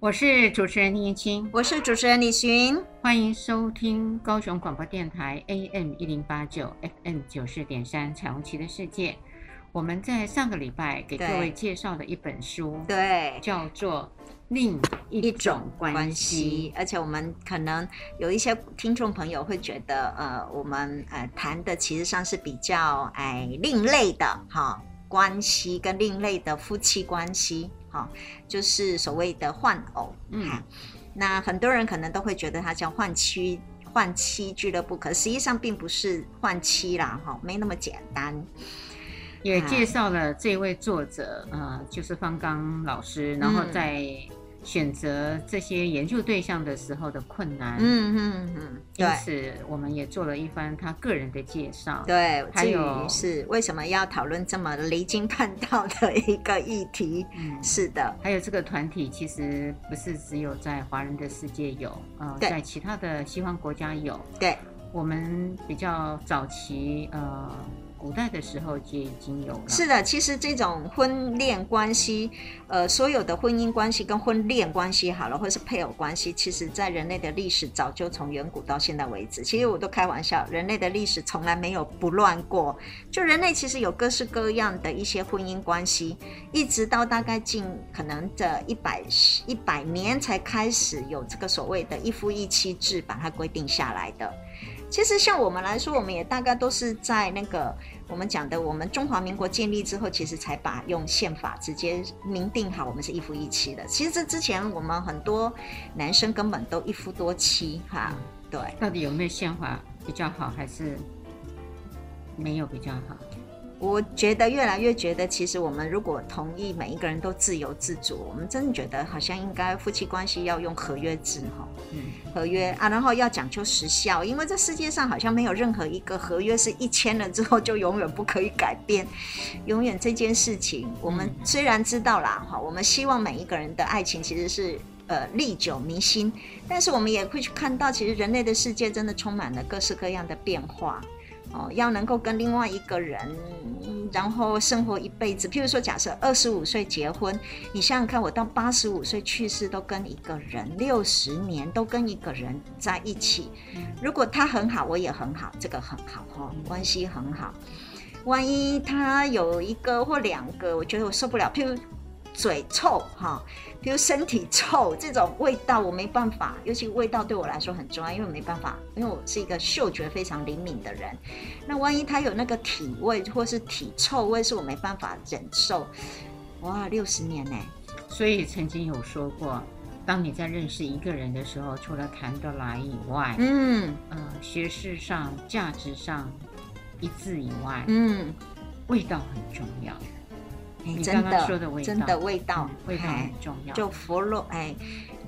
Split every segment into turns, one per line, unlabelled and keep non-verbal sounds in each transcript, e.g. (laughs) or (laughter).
我是主持人林彦青，
我是主持人李寻。
欢迎收听高雄广播电台 AM 一零八九 FM 九四点三《彩虹旗的世界》。我们在上个礼拜给各
对
位介绍了一本书，
对，
叫做《另一
一
种
种
关
关
系
系，而且我们可能有一些听众朋友会觉得，呃，我们呃谈的其实上是比较哎另类的哈、关系，跟另类的夫妻关系哈、就是所谓的换偶。
嗯
哈那很多人可能都会觉得它叫换妻换妻俱乐部，可实际上并不是换妻啦哈、没那么简单。
也
啊
介绍了这位作者，呃，就是方刚老师，然后
嗯
在选择这些研究对象的时候的困难。
嗯嗯嗯，
因
对。
此，我们也做了一番他个人的介绍。
对，
还
至
有
于是为什么要讨论这么离经叛道的一个议题？
嗯，
是的，
还有这个团体其实不是只有在华人的世界有，呃，
对
在其他的西方国家有。
对，
我们比较早期，呃，古代的时候也已经有了。
是的。其实这种婚恋关系，呃，所有的婚姻关系跟婚恋关系好了，或是配偶关系，其实在人类的历史早就从远古到现在为止。其实我都开玩笑，人类的历史从来没有不乱过。就人类其实有各式各样的一些婚姻关系，一直到大概近可能这一百一百年才开始有这个所谓的一夫一妻制把它规定下来的。其实像我们来说，我们也大概都是在那个我们讲的，我们中华民国建立之后，其实才把用宪法直接明定好我们是一夫一妻的。其实这之前我们很多男生根本都一夫多妻哈，对。
到底有没有宪法比较好，还是没有比较好？
我觉得越来越觉得，其实我们如果同意每一个人都自由自主，我们真的觉得好像应该夫妻关系要用合约制哈，
嗯，
合约啊，然后要讲究时效，因为这世界上好像没有任何一个合约是一签了之后就永远不可以改变，永远这件事情，我们
嗯
虽然知道啦哈，我们希望每一个人的爱情其实是。呃，历久弥新，但是我们也会去看到，其实人类的世界真的充满了各式各样的变化。哦，要能够跟另外一个人，嗯然后生活一辈子。譬如说，假设二十五岁结婚，你想想看，我到八十五岁去世都跟一个人，六十年都跟一个人在一起。如果他很好，我也很好，这个很好哦，关系很好。万一他有一个或两个，我觉得我受不了，譬如嘴臭哈、譬如身体臭这种味道，我没办法。尤其味道对我来说很重要，因为我没办法，因为我是一个嗅觉非常灵敏的人。那万一他有那个体味或是体臭味，是我没办法忍受。哇，六十年欸呢、
所以曾经有说过，当你在认识一个人的时候，除了谈得来以外，
嗯
呃，学识上、价值上一致以外，
嗯，
味道很重要。
哎
你
真
刚刚说
的
的味道，
真的味道
嗯，味道
哎
很重要。
就佛洛哎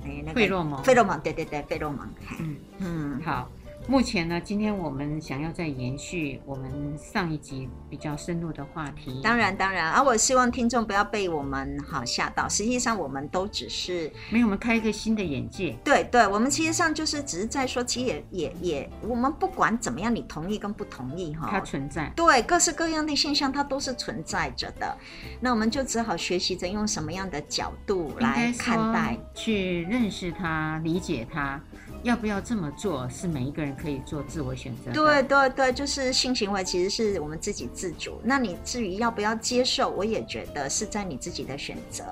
哎那
费
个
洛蒙。
费洛蒙，对对对，费洛蒙。哎
嗯，
嗯，
好。目前呢，今天我们想要再延续我们上一集比较深入的话题。
当然当然啊，我希望听众不要被我们好吓到，实际上我们都只是。
没有，我们开一个新的眼界。
对对，我们其实上就是只是在说，其实也也也，我们不管怎么样，你同意跟不同意哈，
它存在。
对各式各样的现象，它都是存在着的。那我们就只好学习着用什么样的角度
应该
来看待。
说去认识它、理解它，要不要这么做是每一个人可以做自我选择的。
对对对，就是性行为其实是我们自己自主。那你至于要不要接受，我也觉得是在你自己的选择。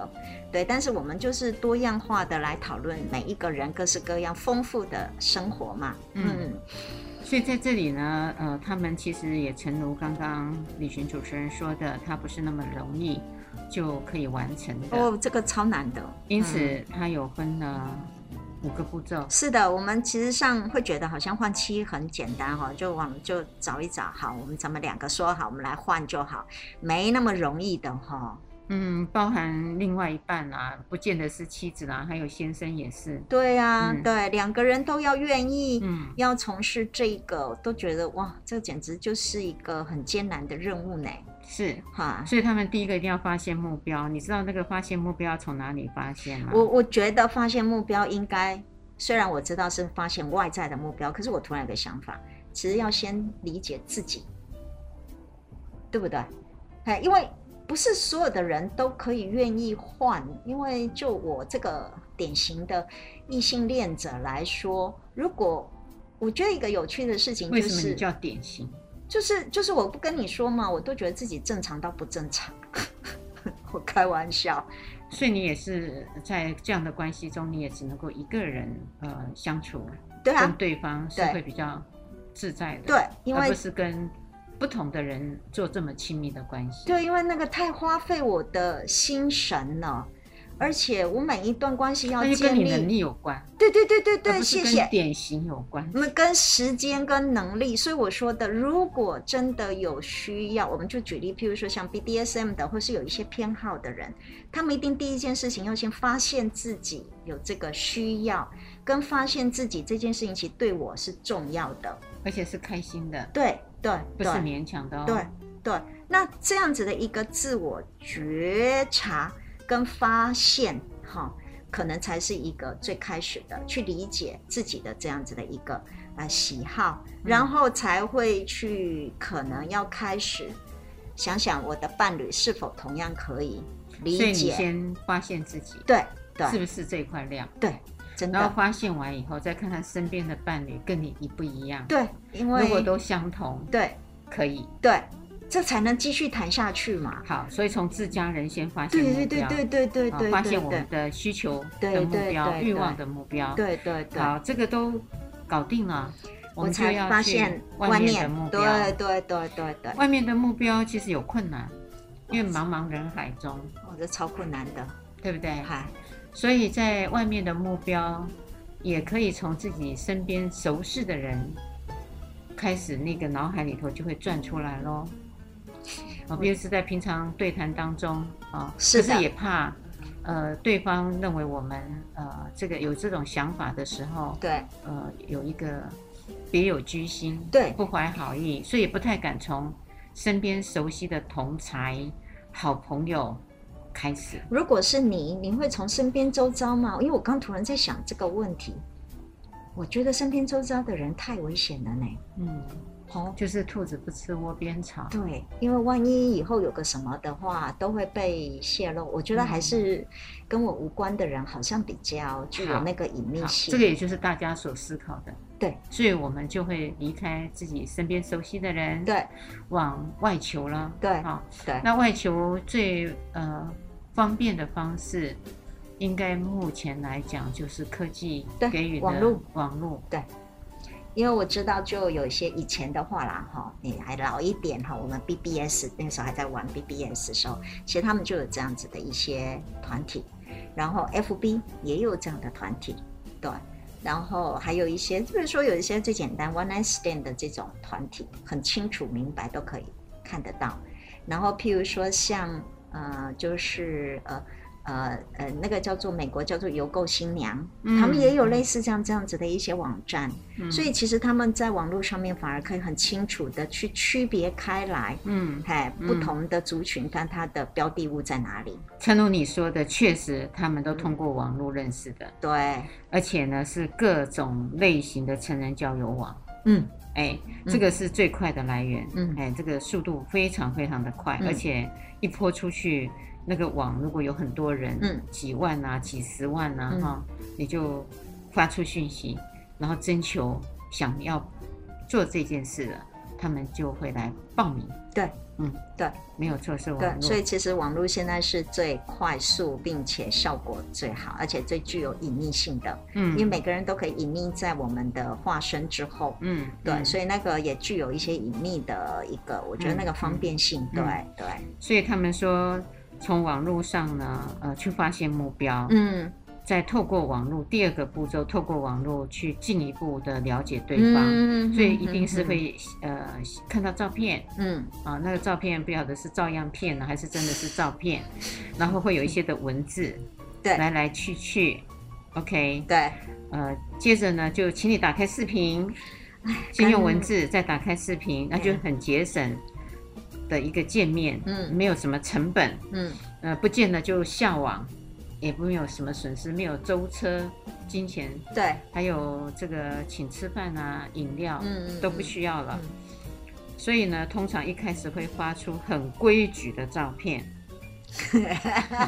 对，但是我们就是多样化的来讨论每一个人各式各样丰富的生活嘛。
嗯
嗯
所以在这里呢，呃，他们其实也诚如刚刚李寻主持人说的，它不是那么容易就可以完成的。
哦，这个超难的。
因
嗯
此，它有分了五个步骤。
是的，我们其实上会觉得好像换妻很简单哈、哦，就往就找一找，好，我们咱们两个说好，我们来换就好，没那么容易的哦哈、
嗯，包含另外一半啊，不见得是妻子啦、还有先生也是。
对呀、啊，
嗯
对，两个人都要愿意。
嗯，
要从事这个，我都觉得哇，这简直就是一个很艰难的任务呢，
是。
哈。
所以他们第一个一定要发现目标，你知道那个发现目标从哪里发现吗？
我我觉得发现目标应该，虽然我知道是发现外在的目标，可是我突然有个想法，其实要先理解自己，对不对？哎，因为不是所有的人都可以愿意换，因为就我这个典型的异性恋者来说，如果我觉得一个有趣的事情
为
就
什么
是
你叫典型？
就是就是我不跟你说嘛，我都觉得自己正常到不正常， (laughs) 我开玩笑。
所以你也是在这样的关系中，你也只能够一个人呃相处，
对
跟
啊，
对方是
对
会比较自在的，，
对，因
而
为
啊不是跟不同的人做这么亲密的关系。
对，因为那个太花费我的心神了，而且我每一段关系要
那就
建
跟你能
立，
力有关，
对对对对
而
对，
不是
谢
跟
谢。
典型有关。
我们跟时间跟能力，所以我说的，如果真的有需要，我们就举例，譬如说像 BDSM 的，或是有一些偏好的人，他们一定第一件事情要先发现自己有这个需要，跟发现自己这件事情其实对我是重要的，
而且是开心的，
对对
不
对
是勉强的哦。
对对。那这样子的一个自我觉察跟发现，哈、可能才是一个最开始的去理解自己的这样子的一个呃喜好，
嗯
然后才会去可能要开始想想我的伴侣是否同样可以
所以
理
你
解，
先发现自己
对
是
对
不是这块料，
对，真
然后
的
发现完以后，再看看身边的伴侣跟你一不一样。
对，因
如果
为
都相同，
对
可以
对，这才能继续谈下去嘛。
好。所以从自家人先发现
对
目
对对
标，
对对对
啊
对，
发
对
现我
对
们的需求
对
的目
对
标、
对
欲望
对
的目标。
对对对。
好，这个都搞定了，我
我
们就
才
要
发
去
现
外面的
面
目标。
对对对对对，
外面的目标其实有困难，因为茫茫人海中，
我这超困难的，
对不对？
嗨，
所以在外面的目标，也可以从自己身边熟识的人开始，那个脑海里头就会转出来咯。啊，比如是在平常对谈当中啊，
嗯是
可
的
是也怕，呃，对方认为我们呃这个有这种想法的时候，
对
呃，有一个别有居心，
对
不怀好意，所以不太敢从身边熟悉的同才、好朋友开始。
如果是你，你会从身边周遭吗？因为我刚突然在想这个问题，我觉得身边周遭的人太危险了呢。
嗯，
哦，
就是兔子不吃窝边草。
对，因为万一以后有个什么的话，都会被泄露。我觉得还是跟我无关的人，好像比较具
嗯
有
好
那个隐秘
好，
性。
这个也就是大家所思考的。
嗯对，
所以我们就会离开自己身边熟悉的人，，
对
往外求了。
对
好，
对
那外求最呃方便的方式，应该目前来讲就是科技
对
给予的
网络
网络
因为我知道，就有一些以前的话啦，哈，你还老一点哈，我们 BBS 那时候还在玩 BBS 的时候，其实他们就有这样子的一些团体，然后 FB 也有这样的团体，对，然后还有一些，比如说有一些最简单 One Night Stand 的这种团体，很清楚明白都可以看得到，然后譬如说像呃，就是呃。呃呃，那个叫做美国叫做邮购新娘，
嗯
他们也有类似这样这样子的一些网站，
嗯
所以其实他们在网络上面反而可以很清楚的去区别开来，
嗯，
哎，
嗯
不同的族群看它的标的物在哪里。
正如你说的，确实他们都通过网络认识的，
对，
而且呢是各种类型的成人交友网。
嗯，
哎，
嗯
这个是最快的来源，
嗯
哎，这个速度非常非常的快，
嗯
而且一泼出去，那个网如果有很多人，
嗯
几万啊，几十万啊，
嗯
哈、你就发出讯息，然后征求想要做这件事的，他们就会来报名，
对，
嗯，
对，
没有错，是网
对
络，，
所以其实网络现在是最快速，并且效果最好，而且最具有隐秘性的，因为
嗯
每个人都可以隐匿在我们的化身之后。
嗯，
对，
嗯
所以那个也具有一些隐秘的一个，我觉得那个方便性，对
嗯
对，
所以他们说。从网络上呢，呃，去发现目标，
嗯
再透过网络第二个步骤，透过网络去进一步的了解对方，
嗯
所以一定是，会、呃看到照片
嗯
啊，那个照片不晓得是照样片呢，还是真的是照片，然后会有一些的文字，
(laughs) 对
来来去去，OK，
对，
呃，接着呢就请你打开视频，先用文字，再打开视频，那就很节省的一个界面，
嗯
没有什么成本，
嗯
呃，不见得就下网，也不没有什么损失，没有舟车、金钱，
对，
还有这个请吃饭啊、饮料、
嗯
都不需要了。
嗯
所以呢，通常一开始会发出很规矩的照片， (laughs)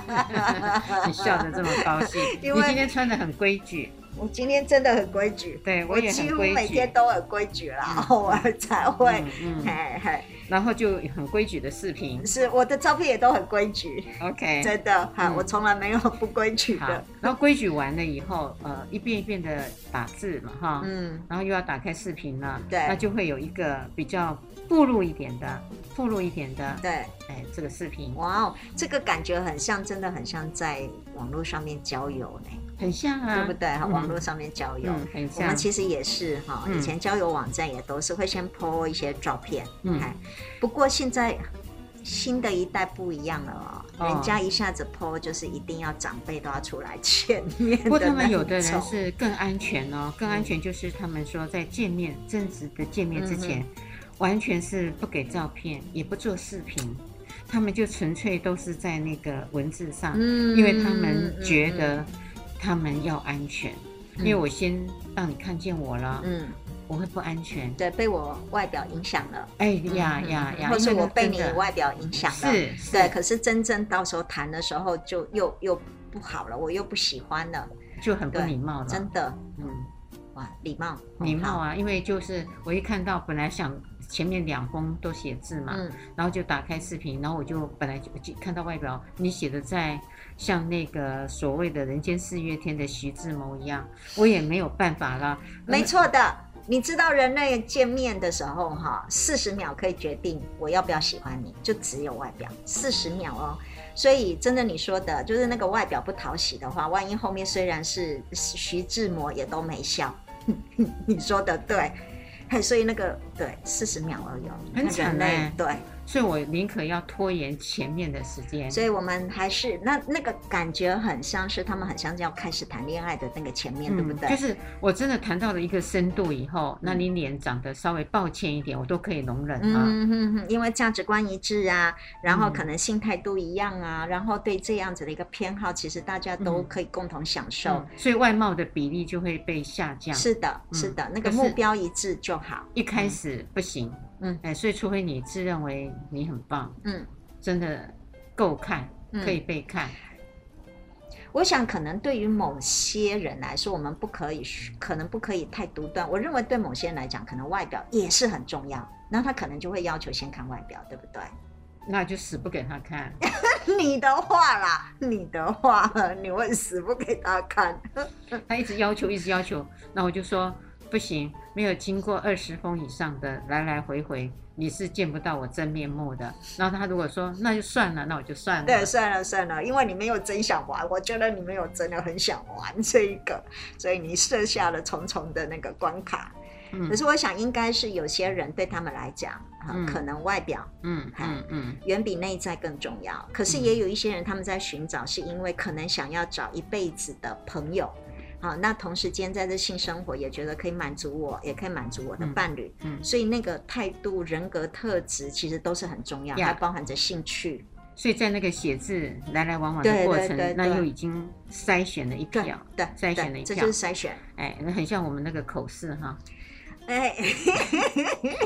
你笑得这么高兴，
(laughs) 因
你
为
今天穿的很规
(laughs)
矩，
我今天真的很规矩，
对
我
也
几
很
乎
规
每
矩
天。都很规矩啦， (laughs) 我才会，
嗯嗯，
嘿嘿，
然后就很规矩的视频
是我的照片也都很规矩，
，OK，
真的哈，
嗯
我从来没有不规矩
好
的，。
然后规矩完了以后，呃，一遍一遍的打字嘛，哈，
嗯，
然后又要打开视频了，
对
那就会有一个比较暴露一点的，暴露一点的，
对，
哎，这个视频
哇哦，这个感觉很像，真的很像在网络上面交友呢，
很像啊，
对不对？哈，
嗯
网络上面交友。
嗯，很
我们
像，
其实也是哈，
嗯
以前交友网站也都是会先 po 一些照片，
嗯
哎，不过现在新的一代不一样了哦，
哦
人家一下子 po 就是一定要长辈都要出来 (laughs) 见面的那一种，
不过他们有的人是更安全
嗯
哦，更安全就是他们说在见面正式的见面之
嗯
前，完全是不给照片，也不做视频，他们就纯粹都是在那个文字上，
嗯
因为他们觉得他们要安全。因为我先让你看见我了，
嗯，嗯
我会不安全。
对，被我外表影响了，
哎呀
嗯
呀呀！
或是
因为
我被
真
你
的
外表影响了，
是是
对，可是真正到时候谈的时候就又又不好了，我又不喜欢了，
就很不礼貌了，
真的，
嗯，
哇，礼貌，
礼貌
好，
啊，因为就是我一看到本来想前面两封都写字嘛，
嗯
然后就打开视频，然后我就本来就就看到外表你写的在像那个所谓的“人间四月天”的徐志摩一样，我也没有办法了。
没错的。你知道人类见面的时候哈，四十秒可以决定我要不要喜欢你，就只有外表四十秒哦。所以真的你说的，就是那个外表不讨喜的话，万一后面虽然是徐志摩也都没笑， (laughs) 你说的对。 (laughs) 嘿，所以那个对四十秒而已哦，
很惨
那人类
欸
对。
所以我宁可要拖延前面的时间。嗯
所以我们还是那那个感觉很像是他们很像要开始谈恋爱的那个前
嗯
面，对不对？
就是我真的谈到了一个深度以后，那你脸长得稍微抱歉一点，我都可以容忍啊。
嗯哼哼，因为价值观一致啊，然后
嗯
可能性态度一样啊，然后对这样子的一个偏好，其实大家都
嗯
可以共同享受。
嗯所以外貌的比例就会被下降。
是的，
嗯
是的，那个
可是
目标一致就好。
一开始不行，
嗯
哎，所以除非你自认为你很棒，
嗯，
真的够看，
嗯
可以被看，
我想可能对于某些人来说，我们不可以，可能不可以太独断。我认为对某些人来讲，可能外表也是很重要，那他可能就会要求先看外表，对不对？
那就死不给他
(laughs)
看。
你的话啦，你的话，你会死不给他看。
他一直要求，一直要求，那我就说不行，没有经过二十封以上的来来回回，你是见不到我真面目的。然后他如果说那就算了，那我就算了。
对，算了算了，因为你没有真想玩，我觉得你没有真的很想玩这一个，所以你设下了重重的那个关卡。
嗯
可是我想，应该是有些人对他们来讲，啊、
嗯
可能外表
嗯
哎
嗯嗯
远比内在更重要。可是也有一些人，他们在寻找，是因为可能想要找一辈子的朋友。好，那同时间在这性生活也觉得可以满足我，也可以满足我的
嗯
伴侣，
嗯，
所以那个态度、人格特质其实都是很重要，
Yeah
还包含着兴趣。
所以在那个写字来来往往
对
的过
对
程
对，
那
对
又已经筛选了一
对
票，
对
筛选了
对，
一
这
票
就是筛选。
哎，那很像我们那个口试
(laughs)
哈，
哎，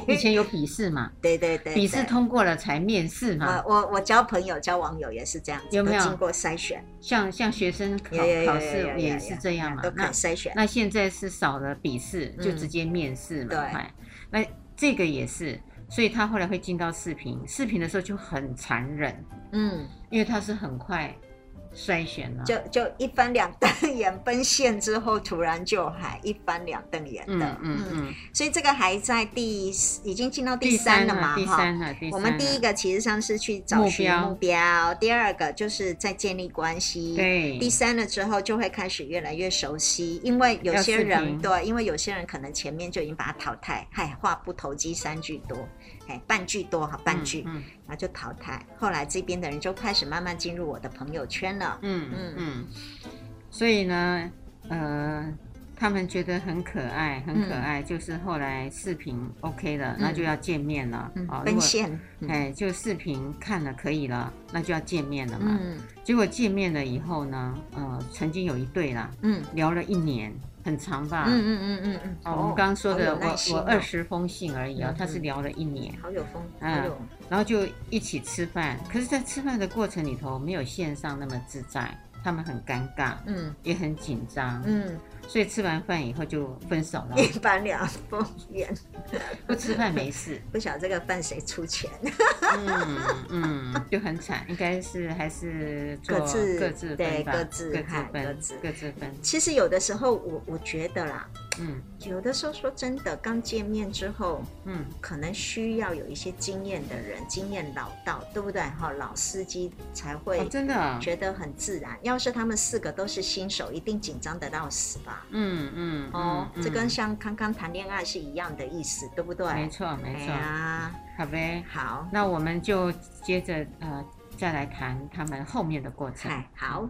以前有笔试嘛，
对对对，
笔试
对
通过了才面试嘛
我，我我交朋友交网友也是这样子，
有没有
都经过筛选，
像像学生考
有有有
考
有有
试
有
也是这样嘛
都，可以
那
筛选。
那现在是少了笔试，
嗯
就直接面试嘛，
对
哎那这个也是，所以他后来会进到视频，视频的时候就很残忍，
嗯，
因为他是很快筛选了，
就就一翻两瞪眼，奔现之后突然就还一翻两瞪眼
嗯
的。
嗯嗯，
所以这个还在第四已经进到第三了
嗯
嘛
第
哈。
三了，第三了，
我们第一个其实上是去找
目
寻
标
目标，第二个就是在建立关系，
对嗯
第三了之后就会开始越来越熟悉，因为有些
要视
人
频
对，因为有些人可能前面就已经把他淘汰，嗨，话不投机三句多，哎，半句多哈，半句，
嗯
然后就淘汰。后来这边的人就开始慢慢进入
哦
我的朋友圈了，
嗯
嗯
嗯嗯，所以呢，呃，他他们觉得很可爱，很可爱，
嗯
就是后来视频 OK 了，那就要见面了
嗯，
啊。如
奔
果
现，嗯
哎，就视频看了可以了，那就要见面了嘛。
嗯
结果见面了以后呢，呃，曾经有一对啦，
嗯
聊了一年，很长吧。
嗯嗯嗯嗯嗯，
啊，我们刚刚说的，
好有耐
我
心
我
哦
二十封信而已啊
嗯，
他是
嗯
聊了一年，
好有风，
嗯
好有
然后就一起吃饭。可是，在吃饭的过程里头，没有线上那么自在，他们很尴尬，
嗯
也很紧张，
嗯，
所以吃完饭以后就分手
(laughs)
了。
一般两风远，
不吃饭没事，
不晓得这个饭谁出钱，
嗯嗯，就很惨，应该是还是做
各自
各自分
对
吧，
各自
各
嗨
自
各
分
自，
各自分，
其实有的时候我我觉得啦，
嗯
有的时候说真的，刚见面之后，
嗯
可能需要有一些经验的人，经验老道，对不对？哈，老司机才
哦
会
真的啊，
觉得很自然。要是他们四个都是新手，一定紧张得到死吧？
嗯嗯
哦，
嗯
这跟
嗯
像刚刚谈恋爱是一样的意思，对不对？
没错没错，
哎呀，
好呗，
好，
那我们就接着呃再来谈他们后面的过程。
嗨，哎好，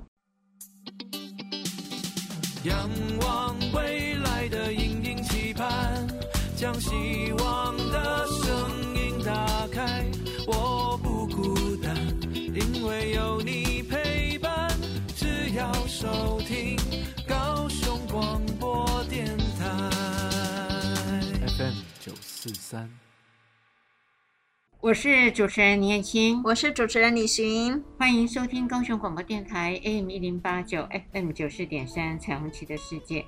仰望未来的隐隐期盼，将希望的声音打开。我不孤单，因为有你陪伴。只要收听高雄广播电台 FM 九四三。
我是主持人倪燕青，
我是主持人李寻，
欢迎收听高雄广播电台 AM 一零八九 FM 九四点三《彩虹旗的世界》。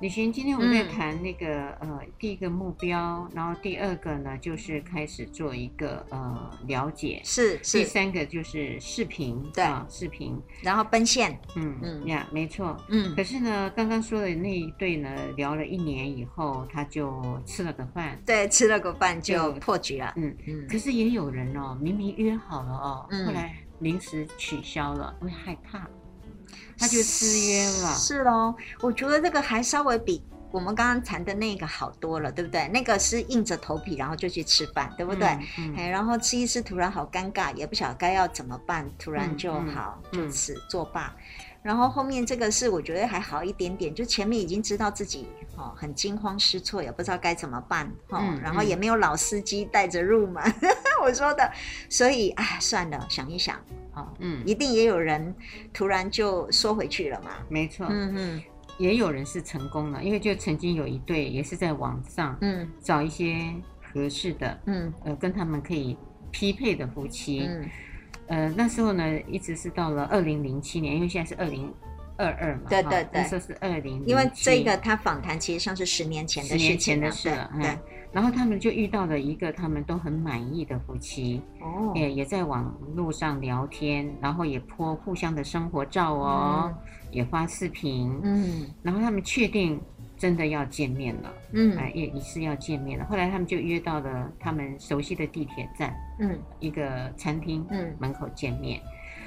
李寻，今天我们在
嗯
谈那个、呃第一个目标，然后第二个呢就是开始做一个呃了解，
是
第
是，
三个就是视频，
对
啊、视频，
然后奔现，
嗯
嗯
呀没错。
嗯
可，是呢，刚刚说的那一对呢，聊了一年以后，他就吃了个饭。
对，吃了个饭就
嗯
破局了，
嗯，
嗯，
可是也有人哦，明明约好了哦，
嗯
后来临时取消了，因为害怕，他就失约了。
是喽，我觉得这个还稍微比我们刚刚谈的那个好多了，对不对？那个是硬着头皮，然后就去吃饭，对不对？
嗯嗯
哎，然后吃一吃，突然好尴尬，也不晓得该要怎么办，突然就
嗯嗯
好、
嗯
就此作罢。然后后面这个是我觉得还好一点点，就前面已经知道自己哦很惊慌失措，也不知道该怎么办哦，
嗯
然后也
嗯
没有老司机带着入门， (laughs) 我说的，所以哎算了，想一想哦，
嗯，
一定也有人突然就缩回去了嘛，
没错，
嗯嗯
也有人是成功了，因为就曾经有一对也是在网上
嗯
找一些合适的，
嗯
呃，跟他们可以匹配的夫妻。
嗯，
呃，那时候呢，一直是到了二零零七年，因为现在是二零二二嘛，
对
哈
对对
那时候是二零，
因为这个他访谈其实上是十年前
十
的事
年前
情
的
了，
事
对
了，
对
嗯，然后他们就遇到了一个他们都很满意的夫妻，
哦
也也在网络上聊天，然后也泼互相的生活照哦，也发视频，
嗯
然后他们确定真的要见面了，哎、
嗯
也也是要见面了。后来他们就约到了他们熟悉的地铁站
嗯
一个餐厅
嗯
门口见面，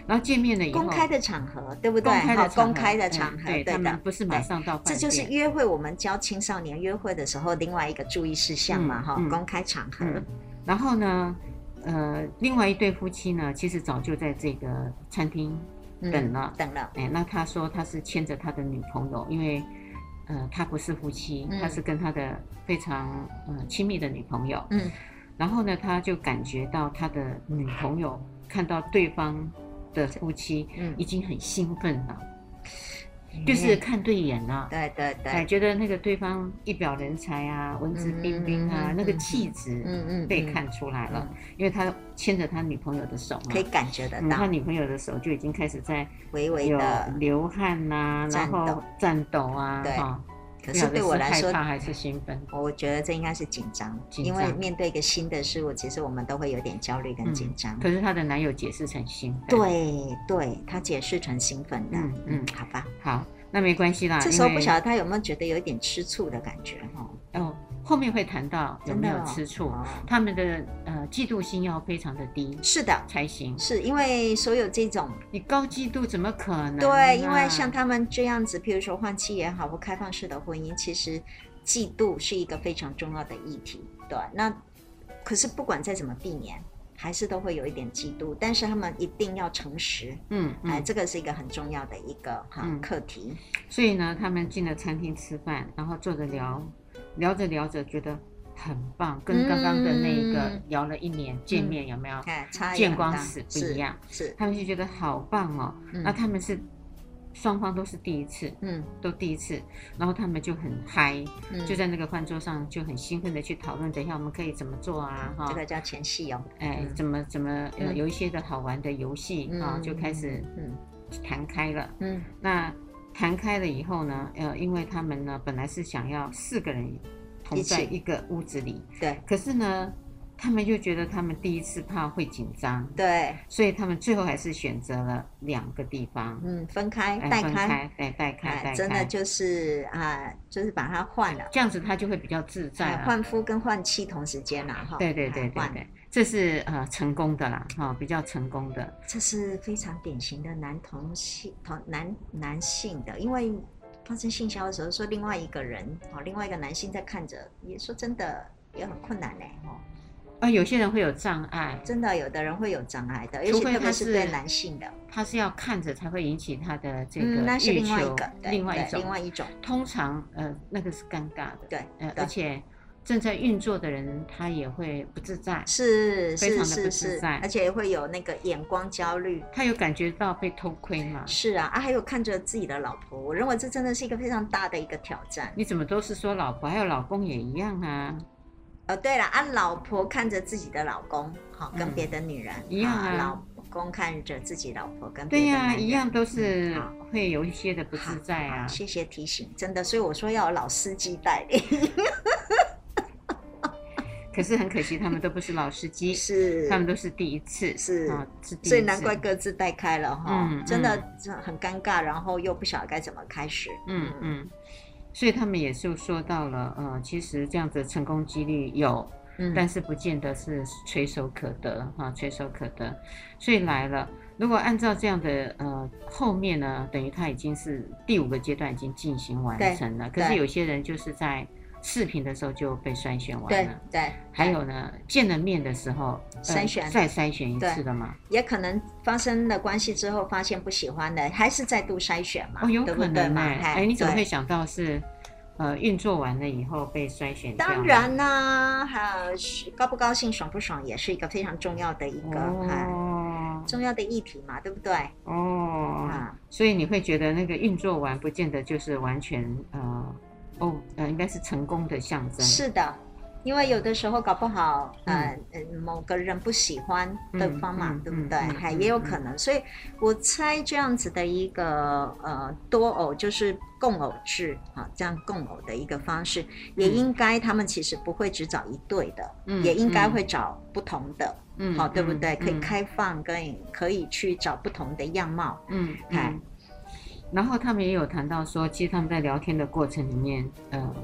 然后见面了以后，
公开的场合，对不对？
公开的
好
场合
公开的场合，
嗯
对
对他们
的。
不是马上到饭
这
店，
就是约会，我们教青少年约会的时候，另外一个注意事项嘛，
嗯
哈、
嗯
公开场合，
嗯，然后呢，呃，另外一对夫妻呢，其实早就在这个餐厅
嗯
等了
等了，
哎，那他说他是牵着他的女朋友，因为呃，他不是夫妻，
嗯
他是跟他的非常呃亲密的女朋友。
嗯
然后呢，他就感觉到他的女朋友看到对方的夫妻
嗯
已经很兴奋了，就是
嗯
看对眼了。
对对
哎，
对，
觉得那个对方一表人才啊，文质彬彬啊，
嗯嗯嗯
那个
嗯
气质，
嗯嗯，
被
嗯
看出来了，因为他牵着他女朋友的手嘛
可以，感觉得
嗯，他
到，
女朋友的手就已经开始在
微微
有
的。
流汗呐、
颤
然
抖
后颤抖啊，
对
哈
可是
不晓得
对我来说
害，怕还是兴奋，
我觉得这应该是紧张，
紧
因为
张
面对一个新的事物，其实我们都会有点焦虑跟
嗯
紧张。
可是她的男友解释成兴奋，，
对对，他解释成兴奋的，
嗯嗯
好吧。
好，那没关系啦，
这时候
因
不
为
晓得他有没有觉得有一点吃醋的感觉哈？
哦，后面会谈到有
真
没
的
有
哦
吃醋，
哦
他们的呃嫉妒心要非常的低
是的，
才行，
是因为所有这种
你高嫉妒怎么可能啊、
对，因为像他们这样子，譬如说换妻也好，或开放式的婚姻，其实嫉妒是一个非常重要的议题。对，那可是不管再怎么避免，还是都会有一点嫉妒，但是他们一定要诚实，
嗯
哎、
嗯，
这个是一个很重要的一个哈、
嗯
课题。
所以呢，他们进了餐厅吃饭，然后坐着聊，聊着聊着觉得很棒，跟刚刚的那个
嗯
聊了一年见面有没有？
哎，差异
见
很
光
大
死不
是
一样，
是，
他们就觉得好棒哦。
嗯
那他们是双方都是第一次，
嗯
都第一次，然后他们就很嗨，
嗯，
就在那个饭桌上就很兴奋的去讨论，等一下我们可以怎么做啊？哈
这，个叫前戏哦，
哎，
嗯
怎么怎么呃
嗯
有一些的好玩的游戏啊，就开始
嗯
谈开了。
嗯
那谈开了以后呢，呃，因为他们呢本来是想要四个人同
一
在
起
一个屋子里，
对
可是呢，他们就觉得他们第一次怕会紧张，
对，
所以他们最后还是选择了两个地方，
嗯，分开
哎
带
分
开，哎
开，对，带开，带
真的
开，
就是啊，就是把它换了，
这样子他就会比较自在
哎
了。
换夫跟换妻同时间了哈，
对对对
哎
对
换
对，这是呃成功的啦，哈、比较成功的。
这是非常典型的男同性同男男性的，因为发生性骚扰的时候，说另外一个人哦，另外一个男性在看着，也说真的也很困难呢哦，
啊，有些人会有障碍，
真的有的人会有障碍的，尤
除
其
非
特别
他
是
是
对男性的，
他是要看着才会引起他的这个欲求，
嗯，那是另外一个，对
另外
对
一种，
另外一种，
通常呃那个是尴尬的，
对
呃，
对
而且正在运作的人他也会不自在，
是
非常地
是是
不自
是，
在
而且会有那个眼光焦虑。
他有感觉到被偷窥嘛？
是啊，啊，还有看着自己的老婆，我认为这真的是一个非常大的一个挑战。
你怎么都是说老婆，还有老公也一样啊？
哦，对了，啊，老婆看着自己的老公，好、跟
嗯
别的女人、
一样啊
老公看着自己老婆跟别
对
的
呀、
男人
一样都是
嗯好
会有一些的不自在
好
啊。
谢谢提醒，真的，所以我说要有老司机带领，
可是很可惜，他们都不是老司机，
是
他们都是第一次，
是
啊，是第一次，
所以难怪各自带开了哈、
嗯
真的真的很尴尬，然后又不晓得该怎么开始。
嗯嗯。所以他们也就说到了，呃，其实这样子成功几率有，
嗯
但是不见得是垂手可得哈、垂手可得。所以来了，如果按照这样的呃后面呢，等于他已经是第五个阶段已经进行完
对
成了，可是
对
有些人就是在视频的时候就被筛选完
对
了。
对，
还有呢，见了面的时候，呃
筛选
再筛选一
对
次的嘛，
也可能发生了关系之后，发现不喜欢的，还是再度筛选嘛，
哦，有
对不
可
对
能
嘛？
哎、
嘿
哎，你怎么
对
会想到是，呃，运作完了以后被筛选掉呢？
当然啦、还有是高不高兴、爽不爽，也是一个非常重要的一个、哈
哦
重要的议题嘛，对不对？
哦，
啊，
所以你会觉得那个运作完，不见得就是完全呃，哦，呃，应该是成功的象征。，
是的，因为有的时候搞不好，呃，呃某个人不喜欢对方嘛，
嗯嗯
对不对？
嗯嗯
还、
嗯
也有可能，所以我猜这样子的一个呃多偶就是共偶制啊，这样共偶的一个方式，也
嗯
应该他们其实不会只找一对的，
嗯
也应该会找不同的。
嗯
好、对不对？可以，
嗯
开放跟可以去找不同的样貌，
嗯嗯
哎
嗯然后他们也有谈到说，其实他们在聊天的过程里面，呃，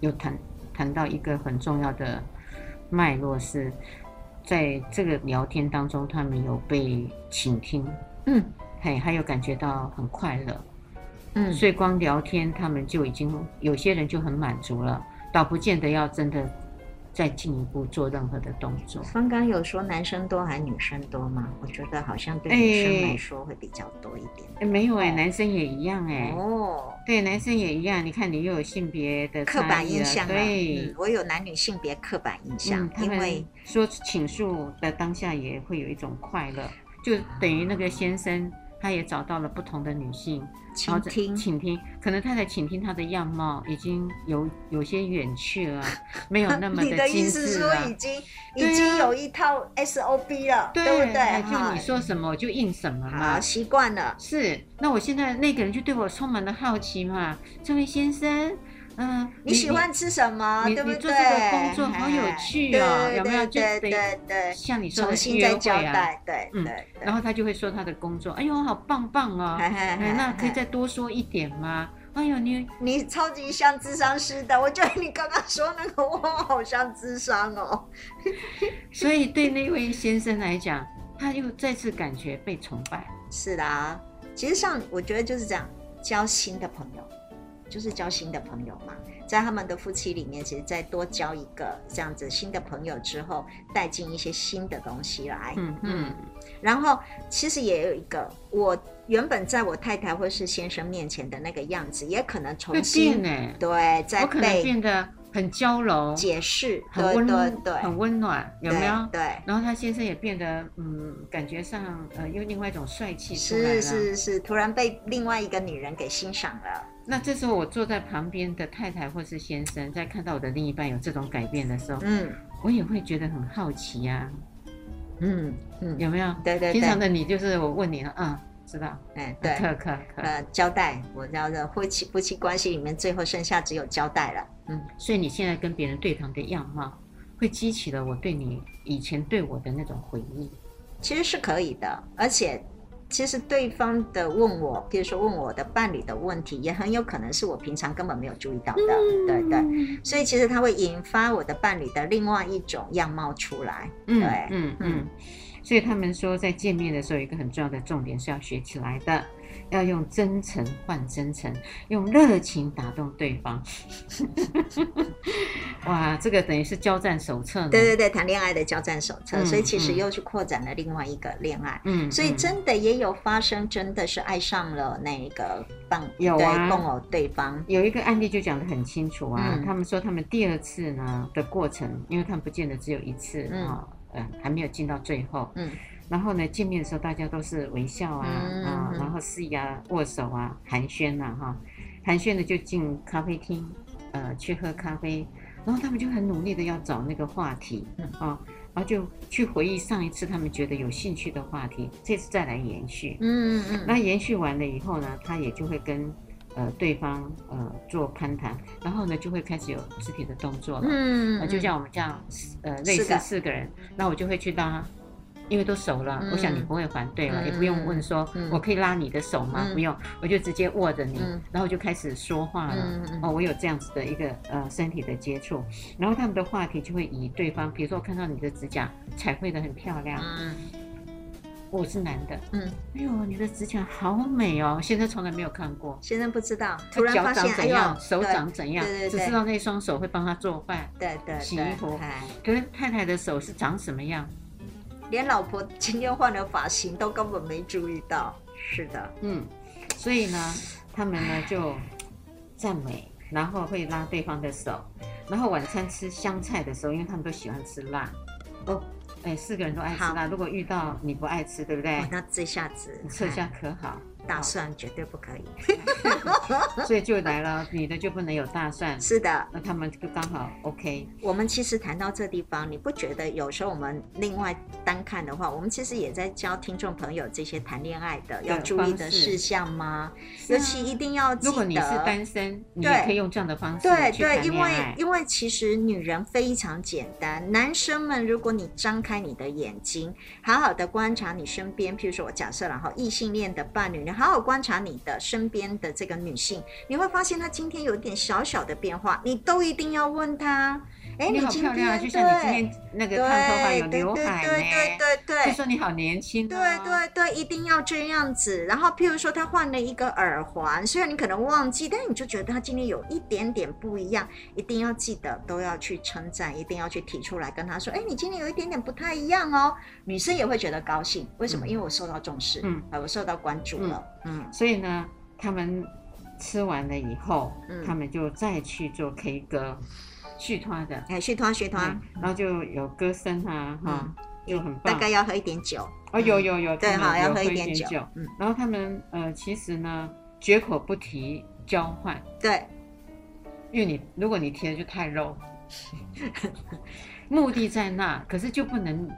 有谈谈到一个很重要的脉络是，在这个聊天当中，他们有被倾听，
嗯
嘿，还有感觉到很快乐。
嗯，
所以光聊天，他们就已经有些人就很满足了，倒不见得要真的再进一步做任何的动作。
刚刚有说男生多还女生多吗？我觉得好像对女生来说会比较多一点。
诶没有哎、
哦
男生也一样哎、
哦，
对，男生也一样。你看，你又有性别的
刻
差
板
异
印
了
象啊，
对
嗯，，我有男女性别刻板印象，
嗯，他
因
们
为
说倾诉的当下也会有一种快乐，就等于那个先生。他也找到了不同的女性，然
倾
后再
听
倾听，可能他在倾听她的样貌已经有有些远去 (laughs) 了，没有那么
(laughs) 你的意
精
思
致
是
了。
说已经、
对啊
已经有一套 SOP 了，对不对？
哎就你说什么我就应什么嘛
好。习惯了，
是，那我现在那个人就对我充满了好奇嘛。这位先生，嗯、
你喜欢吃什么，
你
对不
你
对？
做这个工作好有趣哦
哎对
有没有就
对
等于
对对，
像你说的
重新
约
再
会
交
啊，
代，对对
嗯
对。
然后他就会说他的工作，哎呦，好棒棒
(laughs)
哦。
嘿嘿嘿
哎那可以
嘿
再多说一点吗？哎呦，你
你超级像智商师的，我觉得你刚刚说那个我好像智商哦。
所以对那位先生来讲，他又再次感觉被崇拜。
啊是啦，其实上我觉得就是这样，交新的朋友，就是交新的朋友嘛。在他们的夫妻里面，其实再多交一个这样子新的朋友之后，带进一些新的东西来。
嗯嗯，
然后其实也有一个，我原本在我太太或是先生面前的那个样子，也可能
会
重
变
新
呢、
对
我
再
可能
被
变得很娇柔，
解释，
很
对
温
对对，
很温暖，有没有？
对。对
然后他先生也变得，嗯，感觉上呃，又另外一种帅气出来
是
了。
是是，突然被另外一个女人给欣赏了。
那这时候我坐在旁边的太太或是先生，在看到我的另一半有这种改变的时候，
嗯
我也会觉得很好奇呀、
嗯嗯，
有没有？
对对
平常的
对，
你就是我问你了，嗯，知道，
嗯对。
(laughs) 可可可，
呃，交代，我叫做夫妻夫妻关系里面最后剩下只有交代了。嗯，
所以你现在跟别人对谈的样貌，会激起了我对你以前对我的那种回忆。
其实是可以的，而且其实对方的问我，比如说问我的伴侣的问题，也很有可能是我平常根本没有注意到的。
嗯
对对，
对，
所以其实它会引发我的伴侣的另外一种样貌出来。
嗯
对
嗯嗯
嗯。
所以他们说，在见面的时候，有一个很重要的重点是要学起来的，要用真诚换真诚，用热情打动对
(laughs)
方。哇，这个等于是交战手册呢。
对对对，谈恋爱的交战手册，
嗯
所以其实
嗯
又去扩展了另外一个恋爱。
嗯，
所以
嗯
真的也有发生，真的是爱上了那个伴
有啊
对共偶对方。
有一个案例就讲得很清楚啊，
嗯
他们说他们第二次呢的过程，因为他们不见得只有一次
嗯
啊、呃，还没有进到最后。
嗯
然后呢，见面的时候大家都是微笑啊
嗯
啊，
嗯
然后施牙、握手啊、寒暄呐、哈，寒暄的就进咖啡厅，呃，去喝咖啡，然后他们就很努力的要找那个话题，
嗯
啊，然后就去回忆上一次他们觉得有兴趣的话题，这次再来延续。
嗯嗯
那延续完了以后呢，他也就会跟呃对方呃做攀谈，然后呢就会开始有肢体的动作了。
嗯
呃就像我们这样，呃，
是
类似
的
四个人，那我就会去拉，因为都熟了，我想你
嗯
不会反对了，
嗯
也不用问说、
嗯
我可以拉你的手吗？
嗯
不用，我就直接握着你，
嗯
然后就开始说话了。
嗯嗯
哦，我有这样子的一个呃身体的接触，然后他们的话题就会以对方，比如说我看到你的指甲彩绘的很漂亮，
嗯
我是男的，
嗯，
哎呦，你的指甲好美哦，先生从来没有看过。
先生不知道，突然
脚
发
掌
现，哎
怎
呦
样，，手掌怎样，
对对
只
对
知道那双手会帮他做饭，
对对
洗
对
衣服
哎
可是太太的手是长什么样？
连老婆今天换了发型都根本没注意到。是的，
嗯，所以呢，他们呢就赞美，然后会拉对方的手，然后晚餐吃香菜的时候，因为他们都喜欢吃辣，哦，哎，四个人都爱吃辣。如果遇到你不爱吃，对不对
哇，？哦那这下子
你撤下可好？
哎大蒜绝对不可以。
所以就来了，女的就不能有大蒜。
是的，
那他们就刚好 OK，
我们其实谈到这地方，你不觉得有时候我们另外单看的话，我们其实也在教听众朋友这些谈恋爱的要注意的
方式啊
事项吗？尤其一定要记得。
如果你是单身，你
对
也可以用这样的方式
对
去谈
对，因
恋
为
爱。
因为其实女人非常简单，男生们，如果你张开你的眼睛，好好的观察你身边，譬如说我假设然后异性恋的伴侣，你好好观察你的身边的这个女性，你会发现她今天有一点小小的变化，你都一定要问她，哎，
你好
今
漂
天
亮啊！就像你今天那个
对
烫头发有
对
刘
对
海
对
呢，
对对对
就说你好年轻、哦。
对对对，一定要这样子。然后，譬如说他换了一个耳环，虽然你可能忘记，但你就觉得他今天有一点点不一样，一定要记得都要去称赞，一定要去提出来跟他说，哎，你今天有一点点不太一样哦。女生也会觉得高兴，为什么？
嗯
因为我受到重视，
嗯
哎，我受到关注了，嗯
所以呢，他们吃完了以后，
嗯
他们就再去做 K 歌，续团的，
哎，续团续团
嗯，然后就有歌声啊，哈、就很棒。
大概要喝一点酒，
哦，有有有，
对
他们
哈，
有
要喝
喝
一
点
点酒，嗯，
然后他们呃，其实呢，绝口不提交换，
对，
因为你如果你提了就太肉，目的在那，可是就不能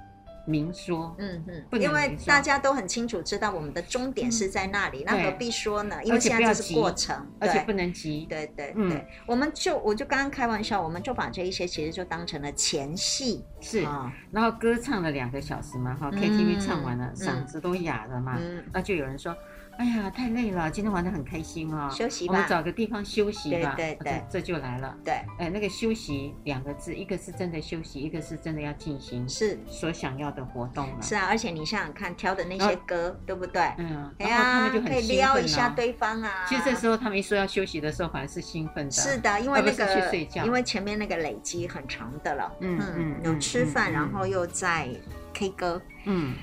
明说。
嗯嗯
不，能
因为
明说
大家都很清楚知道我们的终点是在那里，那
对
何必说呢？因为
而且
现
不
在
要
这是
急
过程，
而且
对
不能急，
对对对，
嗯
我们就我就刚刚开玩笑，我们就把这一些其实就当成了前戏
是。
啊，
然后歌唱了两个小时嘛，哈、
嗯
k t v 唱完了，
嗯
嗓子都哑了嘛，
嗯
那就有人说：“哎呀，太累了，今天玩的很开心啊、
休息
我们
吧。
找个地方休息吧。
对对
哦
对
这这就来了。
对，
哎，那个休息两个字，一个是真的休息，一个是真的要进行
是
所想要的活动了。
是啊，而且你想想看，挑的那些歌，对不对？
嗯，
哎
然后他
呀，
们就很
可以
兴奋
撩一下
啊
对方啊。
其实这时候他们一说要休息的时候，反而是兴奋的。
是的，因为
而不
那
是去
个
睡觉
因为前面那个累积很长的了，
嗯嗯
有
嗯
吃饭，
嗯
然
嗯
后又在 K 歌，
嗯，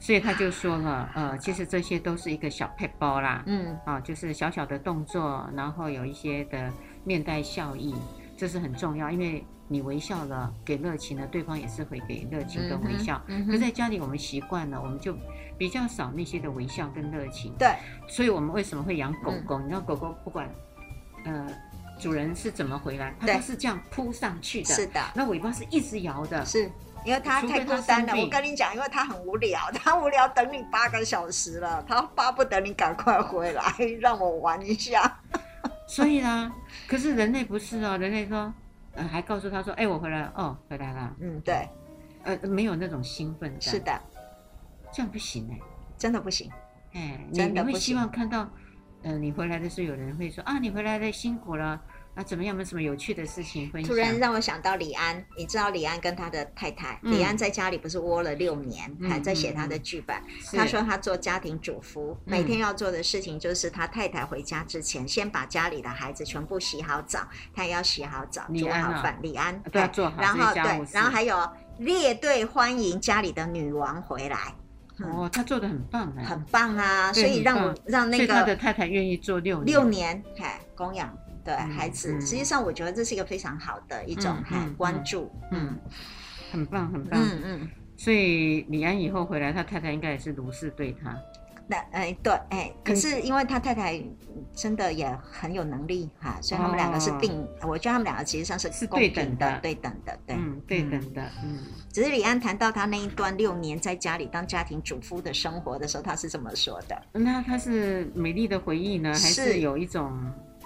所以他就说了，呃，其实这些都是一个小 p 包啦，
嗯，
啊，就是小小的动作，然后有一些的面带笑意，这是很重要，因为你微笑了，给热情了，对方也是会给热情跟微笑。
嗯哼，嗯
可
哼
在家里我们习惯了，我们就比较少那些的微笑跟热情。
对，嗯
所以我们为什么会养狗狗？你知道狗狗不管，呃，主人是怎么回来，它
对
都是这样扑上去的，
是的，
那尾巴是一直摇的。
是。因为他
除
太
非他
孤单了，
生病
我跟你讲，因为他很无聊，他无聊等你八个小时了，他巴不得你赶快回来，让我玩一下。
所以呢，可是人类不是哦，人类说，呃，还告诉他说，哎、我回来了，哦，回来了，
嗯，对，
呃，没有那种兴奋感，
是，的，
这样不行哎、
真的不行。
哎，你
真
你
的不行
会希望看到，呃，你回来的时候有人会说啊，你回来了，辛苦了，啊，怎么样？有没有什么有趣的事情分享？
突然让我想到李安，你知道李安跟他的太太，
嗯
李安在家里不是窝了六年，
嗯
还在写他的剧本。
是
他说他做家庭主妇，
嗯
每天要做的事情就是他太太回家之前，先把家里的孩子全部洗好澡，他也要洗好澡，
李
煮
安
好
啊
饭。李安，
对啊
哎
做好
然
这些
后
家务
对，
事
然后还有列队欢迎家里的女王回来，
哦，他做的很棒哎、
很棒啊！所
对
以让
很
我
棒
让
所
那
以他的
个
太太愿意做六
六年，哎，供养的
嗯
孩子，
嗯
实际上我觉得这是一个非常好的一种
嗯
哎
嗯
关
嗯
注，
嗯，很棒，很棒。
嗯嗯。
所以李安以后回来，他太太应该也是如是对他。
那哎对哎，
嗯
可是因为他太太真的也很有能力哈、所以他们两个是并，我觉得他们两个其实上是
哦是
公
对
平
等的
对等的，对。
嗯，对等的，嗯，
只是李安谈到他那一段六年在家里当家庭主妇的生活的时候，他是这么说的？
那他是美丽的回忆呢，还
是
是有一种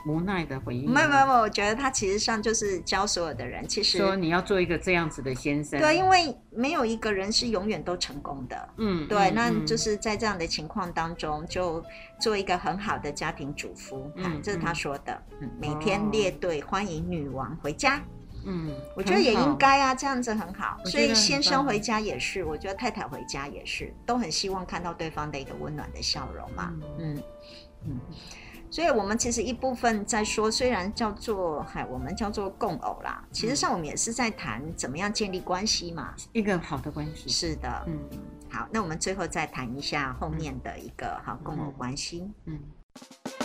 无奈的回忆呢？
没有没有，没有我觉得他其实上就是教所有的人，其实
说你要做一个这样子的先生。
对，因为没有一个人是永远都成功的。
嗯，嗯，
对，那
嗯
就是在这样的情况当中，就做一个很好的家庭主妇，
嗯
哈这是他
嗯
说的。嗯每天列队欢迎女王回家，
嗯，
我觉得也
很好
应。该啊，这样子很好。
我觉
所
得
以
很
先生
棒
回家也是，我觉得太太回家也是，都很希望看到对方的一个温暖的笑容嘛。嗯嗯。所以，我们其实一部分在说，虽然叫做嗨，我们叫做共偶啦，其实上我们也是在谈怎么样建立关系嘛。
一个好嗯的关系。
是的，
嗯
好，那我们最后再谈一下后面的一个哈共偶关系。
嗯，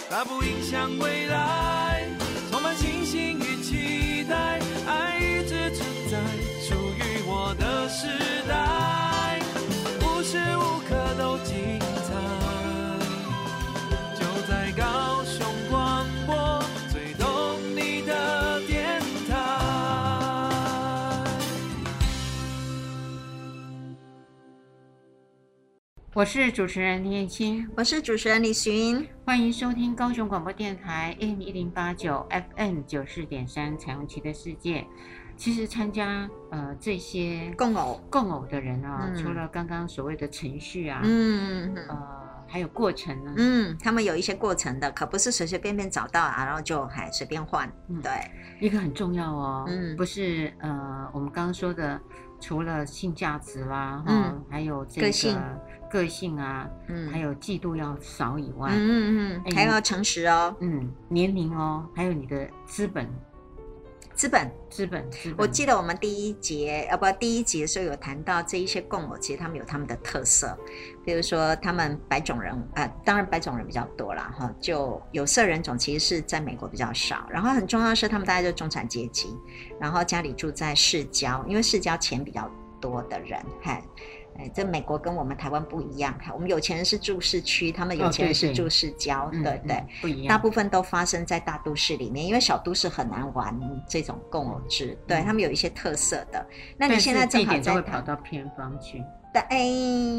它不影响未来，充满信心与期待，爱一直存在，属于我的时代，无时无刻都精彩。就在高雄广播最懂你的电台。
我是主持人林燕青，
我是主持人李寻，
欢迎收听高雄广播电台 AM 一零八九 FM 九四点三《彩虹旗的世界》。其实参加呃这些
共偶，
共偶的人啊、
嗯
除了刚刚所谓的程序啊，
嗯嗯
呃，还有过程呢、
嗯，他们有一些过程的，可不是随随便便找到啊，然后就还随便换。
嗯
对，
一个很重要哦。
嗯
不是呃，我们刚刚说的，除了性价值啦，哈、
嗯
还有这个
个性
个性啊，
嗯，
还有嫉妒要少以外，嗯
嗯嗯嗯，
哎
还有诚实哦，
年龄哦，还有你的资本，
资本。
资本，资本。
我记得我们第一节，呃，不，第一集的时候有谈到这一些共偶，其实他们有他们的特色，比如说他们白种人，呃，当然白种人比较多啦，哈，就有色人种其实是在美国比较少。然后很重要的是，他们大概就是中产阶级，然后家里住在市郊，因为市郊钱比较多的人，嗨。哎，这美国跟我们台湾不一样，嗨我们有钱人是住市区，他们有
哦
钱
对
人是
对
住市郊，
嗯，
对对
嗯。不一
大
样。
部分都发生在大都市里面，因为小都市很难玩这种共偶制，对他们有一些特色的。那
嗯
你
但
现
是
在正
地
好
点都
在
会跑
谈，
到偏方去，
的哎，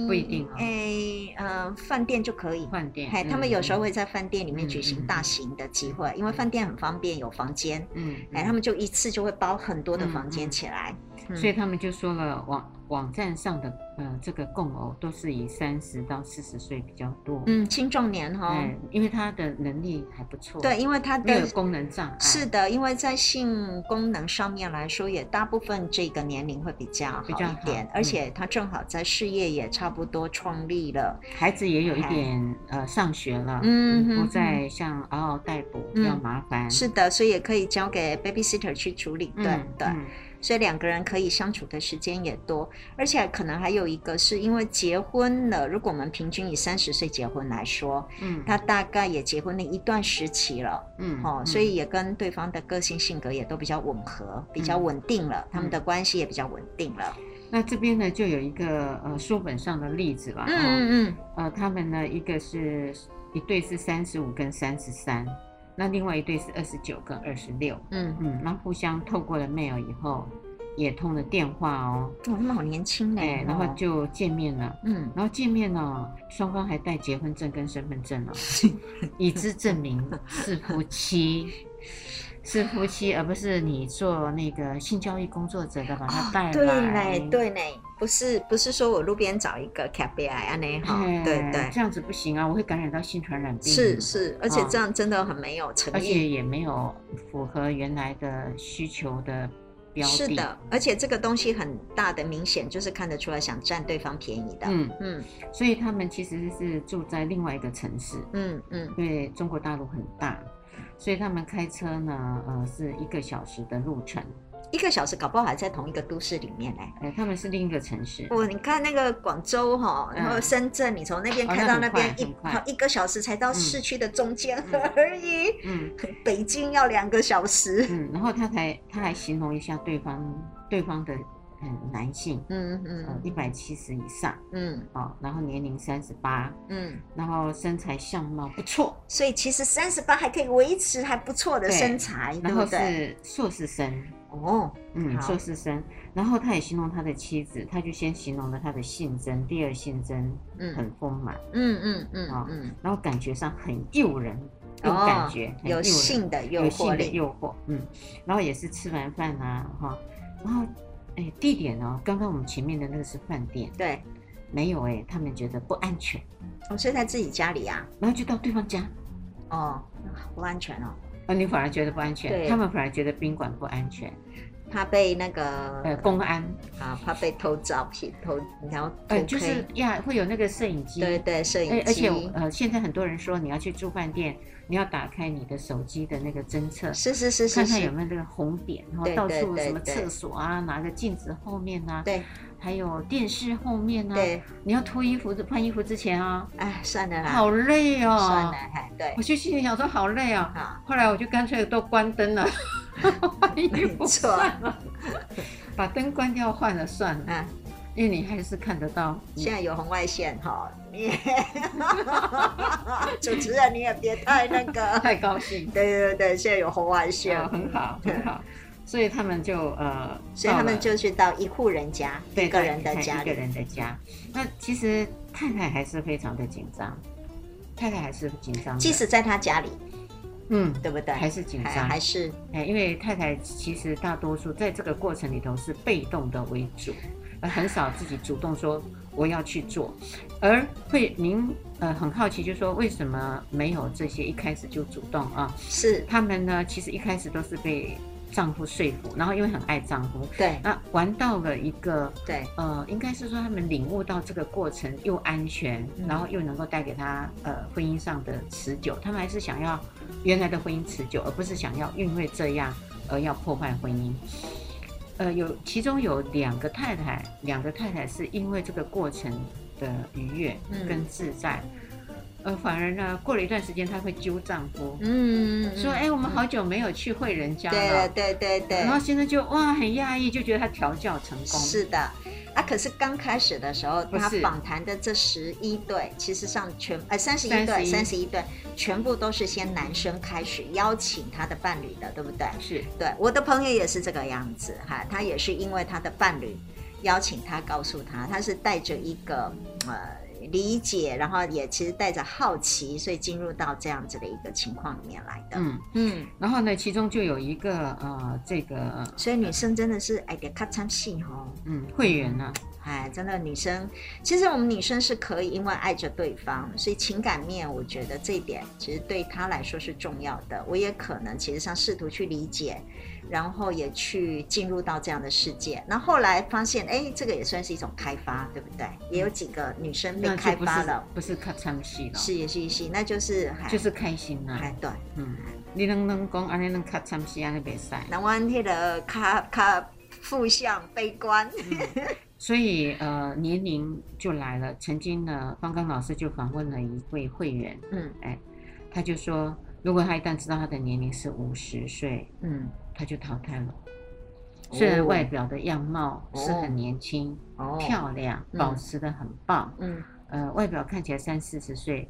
不一定哦
哎，呃，饭店就可以。
饭店
嘿，，他们有时候会在饭店里面
嗯
举
嗯
行大型的集会，因为饭店很方便，有房间，
嗯，嗯，
哎，他们就一次就会包很多的房
嗯嗯
间起来。嗯
所以他们就说了网网站上的呃这个供偶都是以三十到四十岁比较多，
嗯，青壮年哈，
哎，因为他的能力还不错，
对，，因为他
没有
的
功能障碍，
是的，因为在性功能上面来说，也大部分这个年龄会比较好
比较
一点
好，嗯
而且他正好在事业也差不多创立了，
孩子也有一点呃上学了，
哎嗯
不
哼
再像嗷嗷待哺
嗯
要麻烦，
是的，所以也可以交给 babysitter 去处理，
嗯，
对对，
嗯
所以两个人可以相处的时间也多，而且可能还有一个是因为结婚了，如果我们平均以三十岁结婚来说，
嗯，
他大概也结婚了一段时期了，
嗯
哦，
嗯
所以也跟对方的个性性格也都比较吻合，比
嗯
较稳定了，他们的关系也比较稳定了，
那这边呢就有一个呃书本上的例子啦，哦，
嗯嗯
呃，他们呢一个是一对是三十五跟三十三，那另外一对是二十九跟二十六，
嗯
嗯，那互相透过了 mail 以后，也通了电话哦，
嗯，哇，他们好年轻呢
哎，，然后
哦
就见面了。
嗯
然后见面呢、双方还带结婚证跟身份证哦，以资证明是夫
(laughs)
妻，是夫妻，而不是你做那个性教育工作者的把他带
啊对
来。
嘞哦对嘞，不是不是说我路边找一个 KPI 安内哈，
哎
对对。
这样子不行啊，我会感染到性传染病。
是，是，而且
啊
这样真的很没有诚
而
意。
且也没有符合原来的需求的标的。
是，的，而且这个东西很大的明显就是看得出来想占对方便宜的。
嗯，
嗯
所以他们其实是住在另外一个城市，
嗯嗯
因为中国大陆很大，所以他们开车呢，呃，是一个小时的路程。
一个小时搞不好还在同一个都市里面呢、
哎，他们是另一个城市。
我你看那个广州哈、然后
嗯
深圳，你从那边
哦
开
那
到
很
那边
快
一
很快
好一个小时才到
嗯
市区的中间
嗯
而已。
嗯
北京要两个小时。
嗯，然后他才他还形容一下对方对方的嗯男性，
嗯
呃，
嗯
一百七十以上
嗯
哦，然后年龄三十八，
嗯，
然后身材相貌不错，
所以其实三十八还可以维持还不错的
对
身材，对
然
不
后
对？
是硕士生，
哦，
嗯，
好
硕士生，然后他也形容他的妻子，他就先形容了他的性征，第二性征
嗯
很丰满，
嗯嗯嗯
好
嗯，
然后感觉上很诱人，有
哦
感觉，很诱
有
人
性的诱
有
惑
性的
力。
诱惑，嗯，然后也是吃完饭啊，哈，然后，哎，地点哦，刚刚我们前面的那个是饭店，
对，
没有哎，他们觉得不安全，
我睡在自己家里啊。
然后就到对方家，
哦，啊不安全哦。
啊，你反而觉得不安全，
对
他们反而觉得宾馆不安全，
怕被那个
呃，公安，
啊，怕被偷照片、偷，然后偷
呃，
窥，
就是呀，会有那个摄影机，
对对，摄
哎，
影
而且
机，
呃，现在很多人说你要去住饭店，你要打开你的手机的那个侦测。
是是是是
看看有
是，
没有那个红点，然后
对
到
对
处
对
什么
对
厕所啊，哪个镜子后面啊，
对
还有电视后面啊，
对，
你要脱衣服、换衣服之前啊，
哎，算了啦，
好累哦。
算了，哎，对
我，就心里想说好累啊、
好，
后来我就干脆都关灯了， (laughs) 换衣服
没错
算了， (laughs) 把灯关掉换了算了，
嗯，
因为你还是看得到。
现在有红外线哈，你
(laughs)
主持人你也别太那
(laughs)
个，
太高兴，
对对对，现在有红外线
啊，，很好
嗯
很
(laughs)
好，所以他们就呃，
所以他们
到了
就去到一户人家，
对
一个
到
人的
太
家
一个
里，嗯
人的家。那其实太太还是非常的紧张，太太还是紧张的，
即使在他家里，
嗯。
对不对？
还是紧
还
张，
还是
哎，因为太太其实大多数在这个过程里头是被动的为主，呃，很少自己主动说我要去做，而会您呃很好奇，就说为什么没有这些一开始就主动啊？
是，
他们呢，其实一开始都是被丈夫说服，然后因为很爱丈夫，
对
那玩到了一个
对，
呃，应该是说他们领悟到这个过程又安全，
嗯
然后又能够带给他呃婚姻上的持久，他们还是想要原来的婚姻持久，而不是想要因为这样而要破坏婚姻。呃，有其中有两个太太，两个太太是因为这个过程的愉悦
嗯
跟自在，呃，反而呢过了一段时间，她会揪丈夫、
嗯
说：“哎、我们好久没有去会人家
对
了。
对对对，
然后先生就哇很讶异，就觉得他调教成功。
是的，啊，可是刚开始的时候，
不
他
是
访谈的这十一对，其实上全呃三十一对，
31
三十一对，全部都是先男生开始邀请他的伴侣的，对不对？
是
对，我的朋友也是这个样子哈，他也是因为他的伴侣。邀请他，告诉他，他是带着一个呃理解，然后也其实带着好奇，所以进入到这样子的一个情况里面来的。
嗯，
嗯，
然后呢，其中就有一个呃，这个
所以女生真的是哎给咔嚓戏哦，
嗯会员呢、
哎，真的女生，其实我们女生是可以因为爱着对方，所以情感面，我觉得这一点其实对她来说是重要的。我也可能其实上试图去理解，然后也去进入到这样的世界。那后来发现，哎，这个也算是一种开发，对不对？也有几个女生被
嗯那
开
就不
发
是
了，
不是看唱戏了，
是也是一些，那就是还
就是开心啦、
还对。
嗯，你能能讲安尼能看唱戏啊安尼袂使。
那湾迄个卡卡负向悲观，
所以呃，年龄就来了。曾经呢，方刚老师就访问了一位会员，
嗯
他就说，如果他一旦知道他的年龄是五十岁，
嗯，
他就淘汰了。虽然
哦
外表的样貌是很年轻、
哦
漂亮，
嗯
保持的很棒，
嗯
呃，外表看起来三四十岁，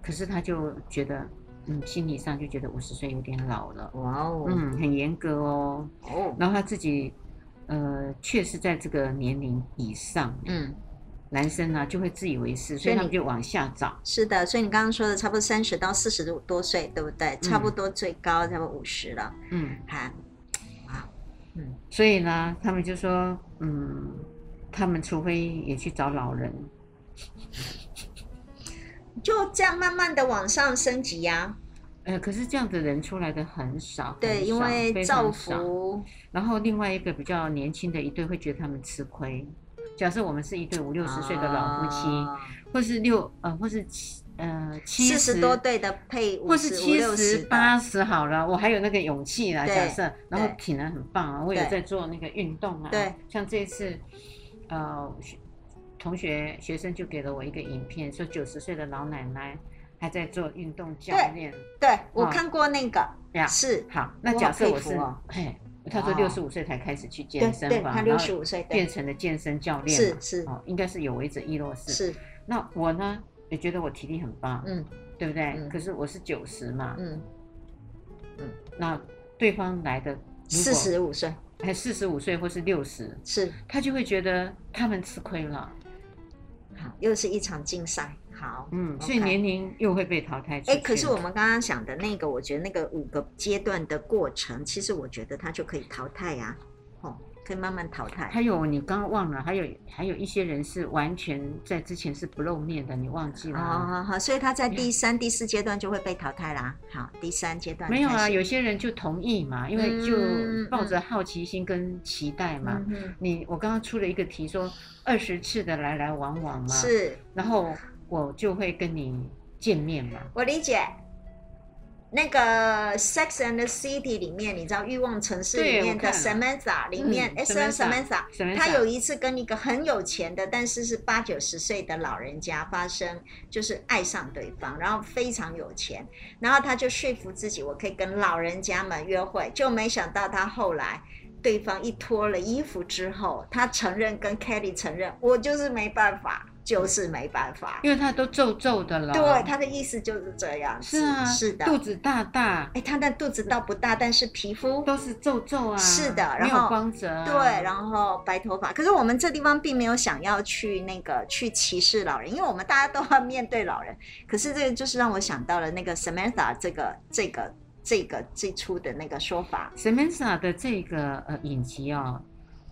可是他就觉得，嗯，心理上就觉得五十岁有点老了，
哇哦
嗯，很严格哦。
哦
然后他自己，呃，确实在这个年龄以上，
嗯。
男生呢、就会自以为是，所
所以
以他
你
们就往下找。
是的，所以你刚刚说的差不多三十到四十多岁，对不对？差不多最高差不多五十了，
嗯，
哈，哇，嗯，
所以呢，他们就说，嗯，他们除非也去找老人，
就这样慢慢的往上升级呀、
呃，可是这样的人出来的很少，
对，
很
因
少
为
非
造
常少
福，
然后另外一个比较年轻的一对会觉得他们吃亏。假设我们是一对五六十岁的老夫妻，
啊
或是六呃，或是七呃七
四十多对的配五
或是
十五
七
六
十
十
八十好了，我还有那个勇气啦。
对
假设，然后
对
体能很棒啊，我有
对
在做那个运动啊。
对，
像这次，呃，学同学学生就给了我一个影片，说九十岁的老奶奶还在做运动教练。
对我
嗯
看过那个，
对呀，
是，
好，那
我
假
好
设
佩
我
服
是
哦，
嘿，他说
哇
六十五岁才开始去
对
健身
对，
房，
他
然后
六十五岁，
变
对，
成了健身教练嘛
是。是
哦，应该是有为者亦若是。。
是，
那我呢，也觉得我体力很棒，
嗯
对不对？
嗯
可是我是九十嘛，
嗯，
那对方来的
四，十五岁
还四十五岁或是六十，
是，
他就会觉得他们吃亏了，
好，又是一场竞赛，好，
嗯，
OK
所以年龄又会被淘汰出去。
哎，可是我们刚刚想的那个，我觉得那个五个阶段的过程，其实我觉得它就可以淘汰呀、啊，哦，可以慢慢淘汰。
还有你刚刚忘了，还有还有一些人是完全在之前是不露面的，你忘记了
哦，
啊？
好好，所以它在第三、第四阶段就会被淘汰啦。好，第三阶段
没有啊，
哦开始
有些人就同意嘛，因为
嗯
就抱着好奇心跟期待嘛。
嗯哼
你我刚刚出了一个题说二十次的来来往往嘛，，
是
然后我就会跟你见面嘛，
我理解。那个《Sex and the City》里面，你知道《欲望城市》
对
里面
我看
的
了
Samantha 里面
嗯
S M Samantha，
Samantha
她有一次跟一个很有钱的，但是是八九十岁的老人家发生，就是爱上对方，然后非常有钱，然后她就说服自己，我可以跟老人家们约会，就没想到她后来。对方一脱了衣服之后，她承认跟 Kelly 承认，我就是没办法，就是没办法。
因为他都皱皱的了，
对，他的意思就是这样子。
嗯是啊，
是的。
肚子大大
哎，他的肚子倒不大，但是皮肤
都是皱皱啊，
是的然后
没有光泽啊、
对，然后白头发。可是我们这地方并没有想要去那个去歧视老人，因为我们大家都要面对老人。可是这个就是让我想到了那个 Samantha 这个这个这个最初的那个说法。
Samantha 啊的这个呃影集哦，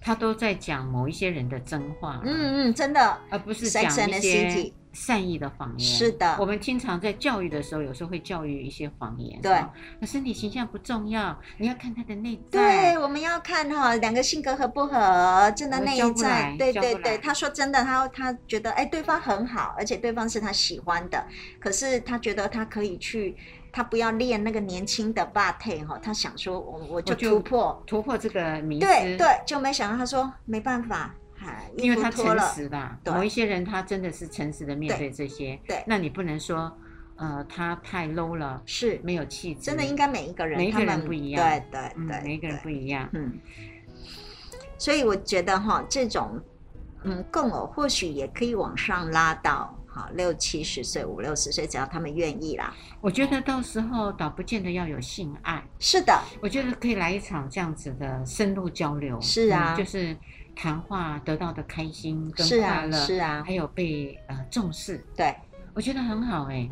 他都在讲某一些人的真话，。啊
嗯嗯，真的
而不是
Sex
讲
and
一
the
些
City
善意的谎言。
是的
我们经常在教育的时候，有时候会教育一些谎言。
对
哦，那身体形象不重要，你要看他的内在。
对，我们要看哈、两个性格合不合，真的
我
内
教不
在
来，
对
教
对
不
对。
来
他说真的，他他觉得哎，对方很好，而且对方是他喜欢的，可是他觉得他可以去，他不要练那个年轻的 b a t 哈，他想说我我就
就
突破，
突破这个迷思。
对对，就没想到他说没办法，哎，
因
衣
为
服
他
脱
诚
了，
实啦，
对
某一些人他真的是诚实的面
对
对这些。
对
那你不能说，呃，他太 low 了，
是
没有气质。
真的应该每一个人，
嗯每一个
他
人
们
不一样
对对
嗯，
对，
每一个人
对
不一样。
嗯，所以我觉得哈，这种嗯共偶或许也可以往上拉到好六七十岁、五六十岁，只要他们愿意啦。
我觉得到时候倒不见得要有性爱，
是的，
我觉得可以来一场这样子的深入交流。
是啊
嗯就是谈话得到的开心跟
是
快
啊，
乐，
是啊
还，有被呃重视，
对，
我觉得很好哎、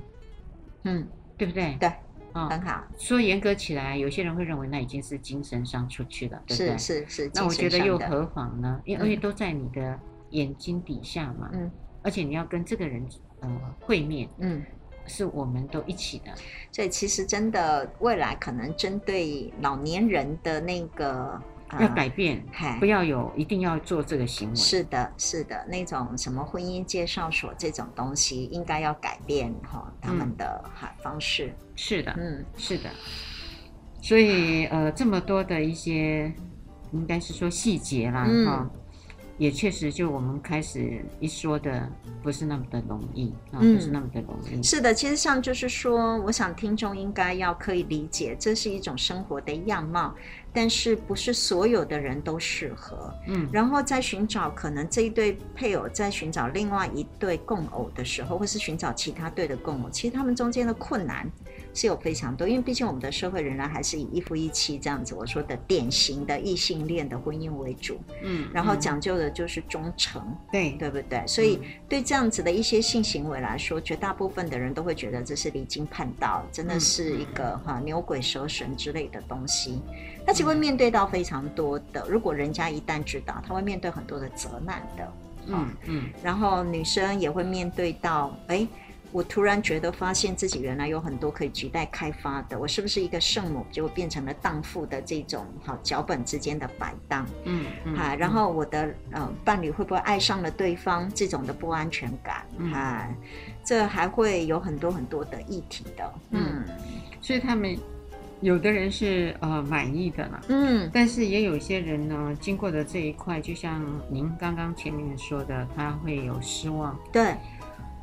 嗯，
对不对？
对，嗯
啊、
很好，
说严格起来，有些人会认为那已经是精神上出去了，对不对
是？是是，
那我觉
精
得
神上
又
的
何妨呢？因为、因为都在你的眼睛底下嘛，
嗯
而且你要跟这个人呃会面，
嗯。
是我们都一起的，
所以其实真的未来可能针对老年人的那个、呃、
要改变，
嘿，
不要有一定要做这个行为。
是的，是的，那种什么婚姻介绍所这种东西，应该要改变哈、他们的哈方式。
是的，
嗯，
是的。所以呃，这么多的一些，应该是说细节啦，哈、
嗯
也确实就我们开始一说的，不是那么的容易啊，
嗯
不是那么的容易。
是的，其实上就是说，我想听众应该要可以理解，这是一种生活的样貌，但是不是所有的人都适合。
嗯，
然后在寻找可能这一对配偶在寻找另外一对共偶的时候，或是寻找其他对的共偶，其实他们中间的困难是有非常多，因为毕竟我们的社会仍然还是以一夫一妻这样子，我说的典型的异性恋的婚姻为主，
嗯，
然后
嗯、
讲究的就是忠诚，
对
对不对？所以对这样子的一些性行为来说，绝大部分的人都会觉得这是离经叛道，真的是一个哈、牛鬼蛇神之类的东西。他其实会面对到非常多的，如果人家一旦知道，他会面对很多的责难的。
嗯嗯
然后女生也会面对到，哎，我突然觉得发现自己原来有很多可以亟待开发的，我是不是一个圣母，结果变成了荡妇的这种好脚本之间的摆荡？
嗯嗯，
啊，然后我的呃伴侣会不会爱上了对方这种的不安全感
嗯
啊？这还会有很多很多的议题的。
嗯所以他们有的人是呃满意的啦，
嗯
但是也有一些人呢，经过的这一块，就像您刚刚前面说的，他会有失望，
对，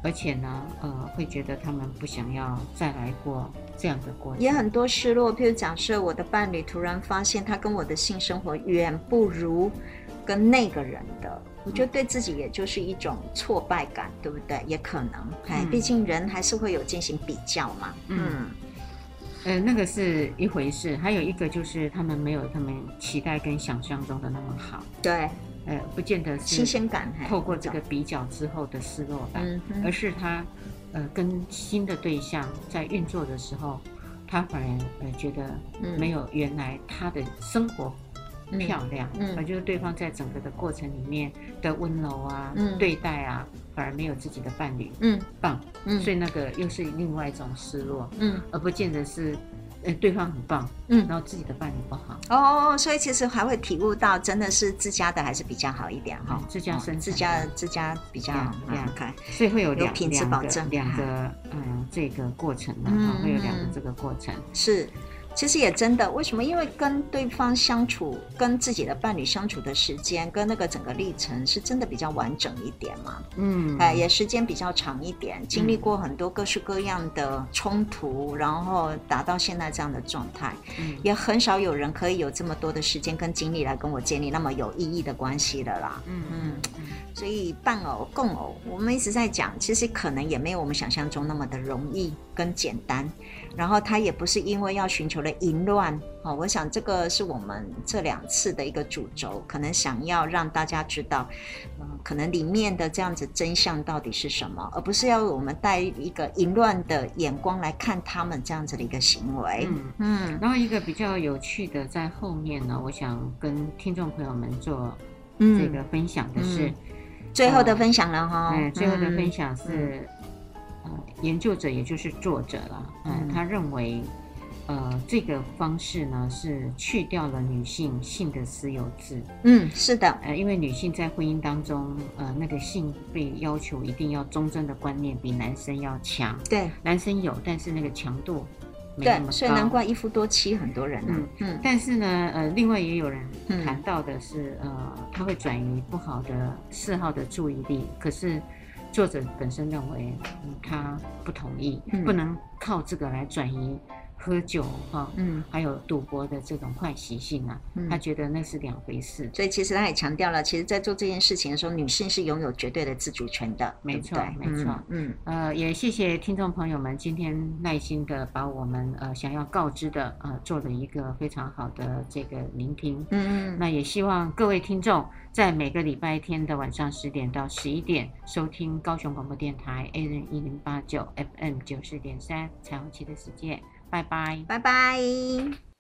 而且呢，呃，会觉得他们不想要再来过这样的过程，
也很多失落。譬如假设我的伴侣突然发现他跟我的性生活远不如跟那个人的，我
嗯
觉得对自己也就是一种挫败感，对不对？也可能，哎，
嗯
毕竟人还是会有进行比较嘛。
嗯呃，那个是一回事，还有一个就是他们没有他们期待跟想象中的那么好，
对，
呃，不见得是
新鲜感。嘿
透过这个，比较之后的失落感，
嗯
而
哼，
是他呃跟新的对象在运作的时候，他反而呃觉得
嗯
没有原来他的生活
嗯
漂亮，
嗯
而就是对方在整个的过程里面的温柔啊、
嗯
对待啊，反而没有自己的伴侣
嗯
棒，
嗯
所以那个又是另外一种失落，
嗯
而不见得是呃对方很棒，
嗯
然后自己的伴侣不好，
哦，所以其实还会体悟到，真的是自家的还是比较好一点哈、哦
嗯自家生产的
自家自家比较
呀呀
好看。
所以会有
有
两
品质
两
保
个
证啊
两个嗯这个过程啊，
嗯
哈会有两个
嗯
这个过程，
是，其实也真的，为什么？因为跟对方相处，跟自己的伴侣相处的时间，跟那个整个历程，是真的比较完整一点嘛。
嗯，
哎、也时间比较长一点，经历过很多各式各样的冲突，然后达到现在这样的状态，
嗯
也很少有人可以有这么多的时间跟精力来跟我建立那么有意义的关系的啦。
嗯嗯嗯
所以伴偶、共偶，我们一直在讲，其实可能也没有我们想象中那么的容易跟简单。然后他也不是因为要寻求了淫乱，哦，我想这个是我们这两次的一个主轴，可能想要让大家知道，嗯、可能里面的这样子真相到底是什么，而不是要我们带一个淫乱的眼光来看他们这样子的一个行为。
嗯。
嗯
然后一个比较有趣的，在后面呢，我想跟听众朋友们做
嗯，
这个分享的是，
最后的分享了哈、
嗯，最后的分
嗯
享是，呃，研究者也就是作者了，嗯
嗯，
他认为，呃，这个方式呢是去掉了女性性的私有制，
嗯，是的，
呃，因为女性在婚姻当中，呃，那个性被要求一定要忠贞的观念比男生要强，
对。
男生有，但是那个强度没那么
对，
高，
所以难怪一夫多妻很多人啊。嗯
但是呢，呃，另外也有人
嗯
谈到的是，呃，他会转移不好的嗜好的注意力。可是作者本身认为，嗯，他不同意，
嗯
不能靠这个来转移喝酒哈、
嗯，
还有赌博的这种坏习性啊，
嗯
他觉得那是两回事。
所以其实他也强调了，其实，在做这件事情的时候，女性是拥有绝对的自主权的，
没错
对不对
没错
嗯，嗯
呃，也谢谢听众朋友们今天耐心的把我们呃想要告知的呃做了一个非常好的这个聆听。
嗯嗯，
那也希望各位听众在每个礼拜天的晚上十点到十一点收听高雄广播电台 A 人一零八九 FM 九四点三《彩虹旗的世界》，拜拜。
拜拜。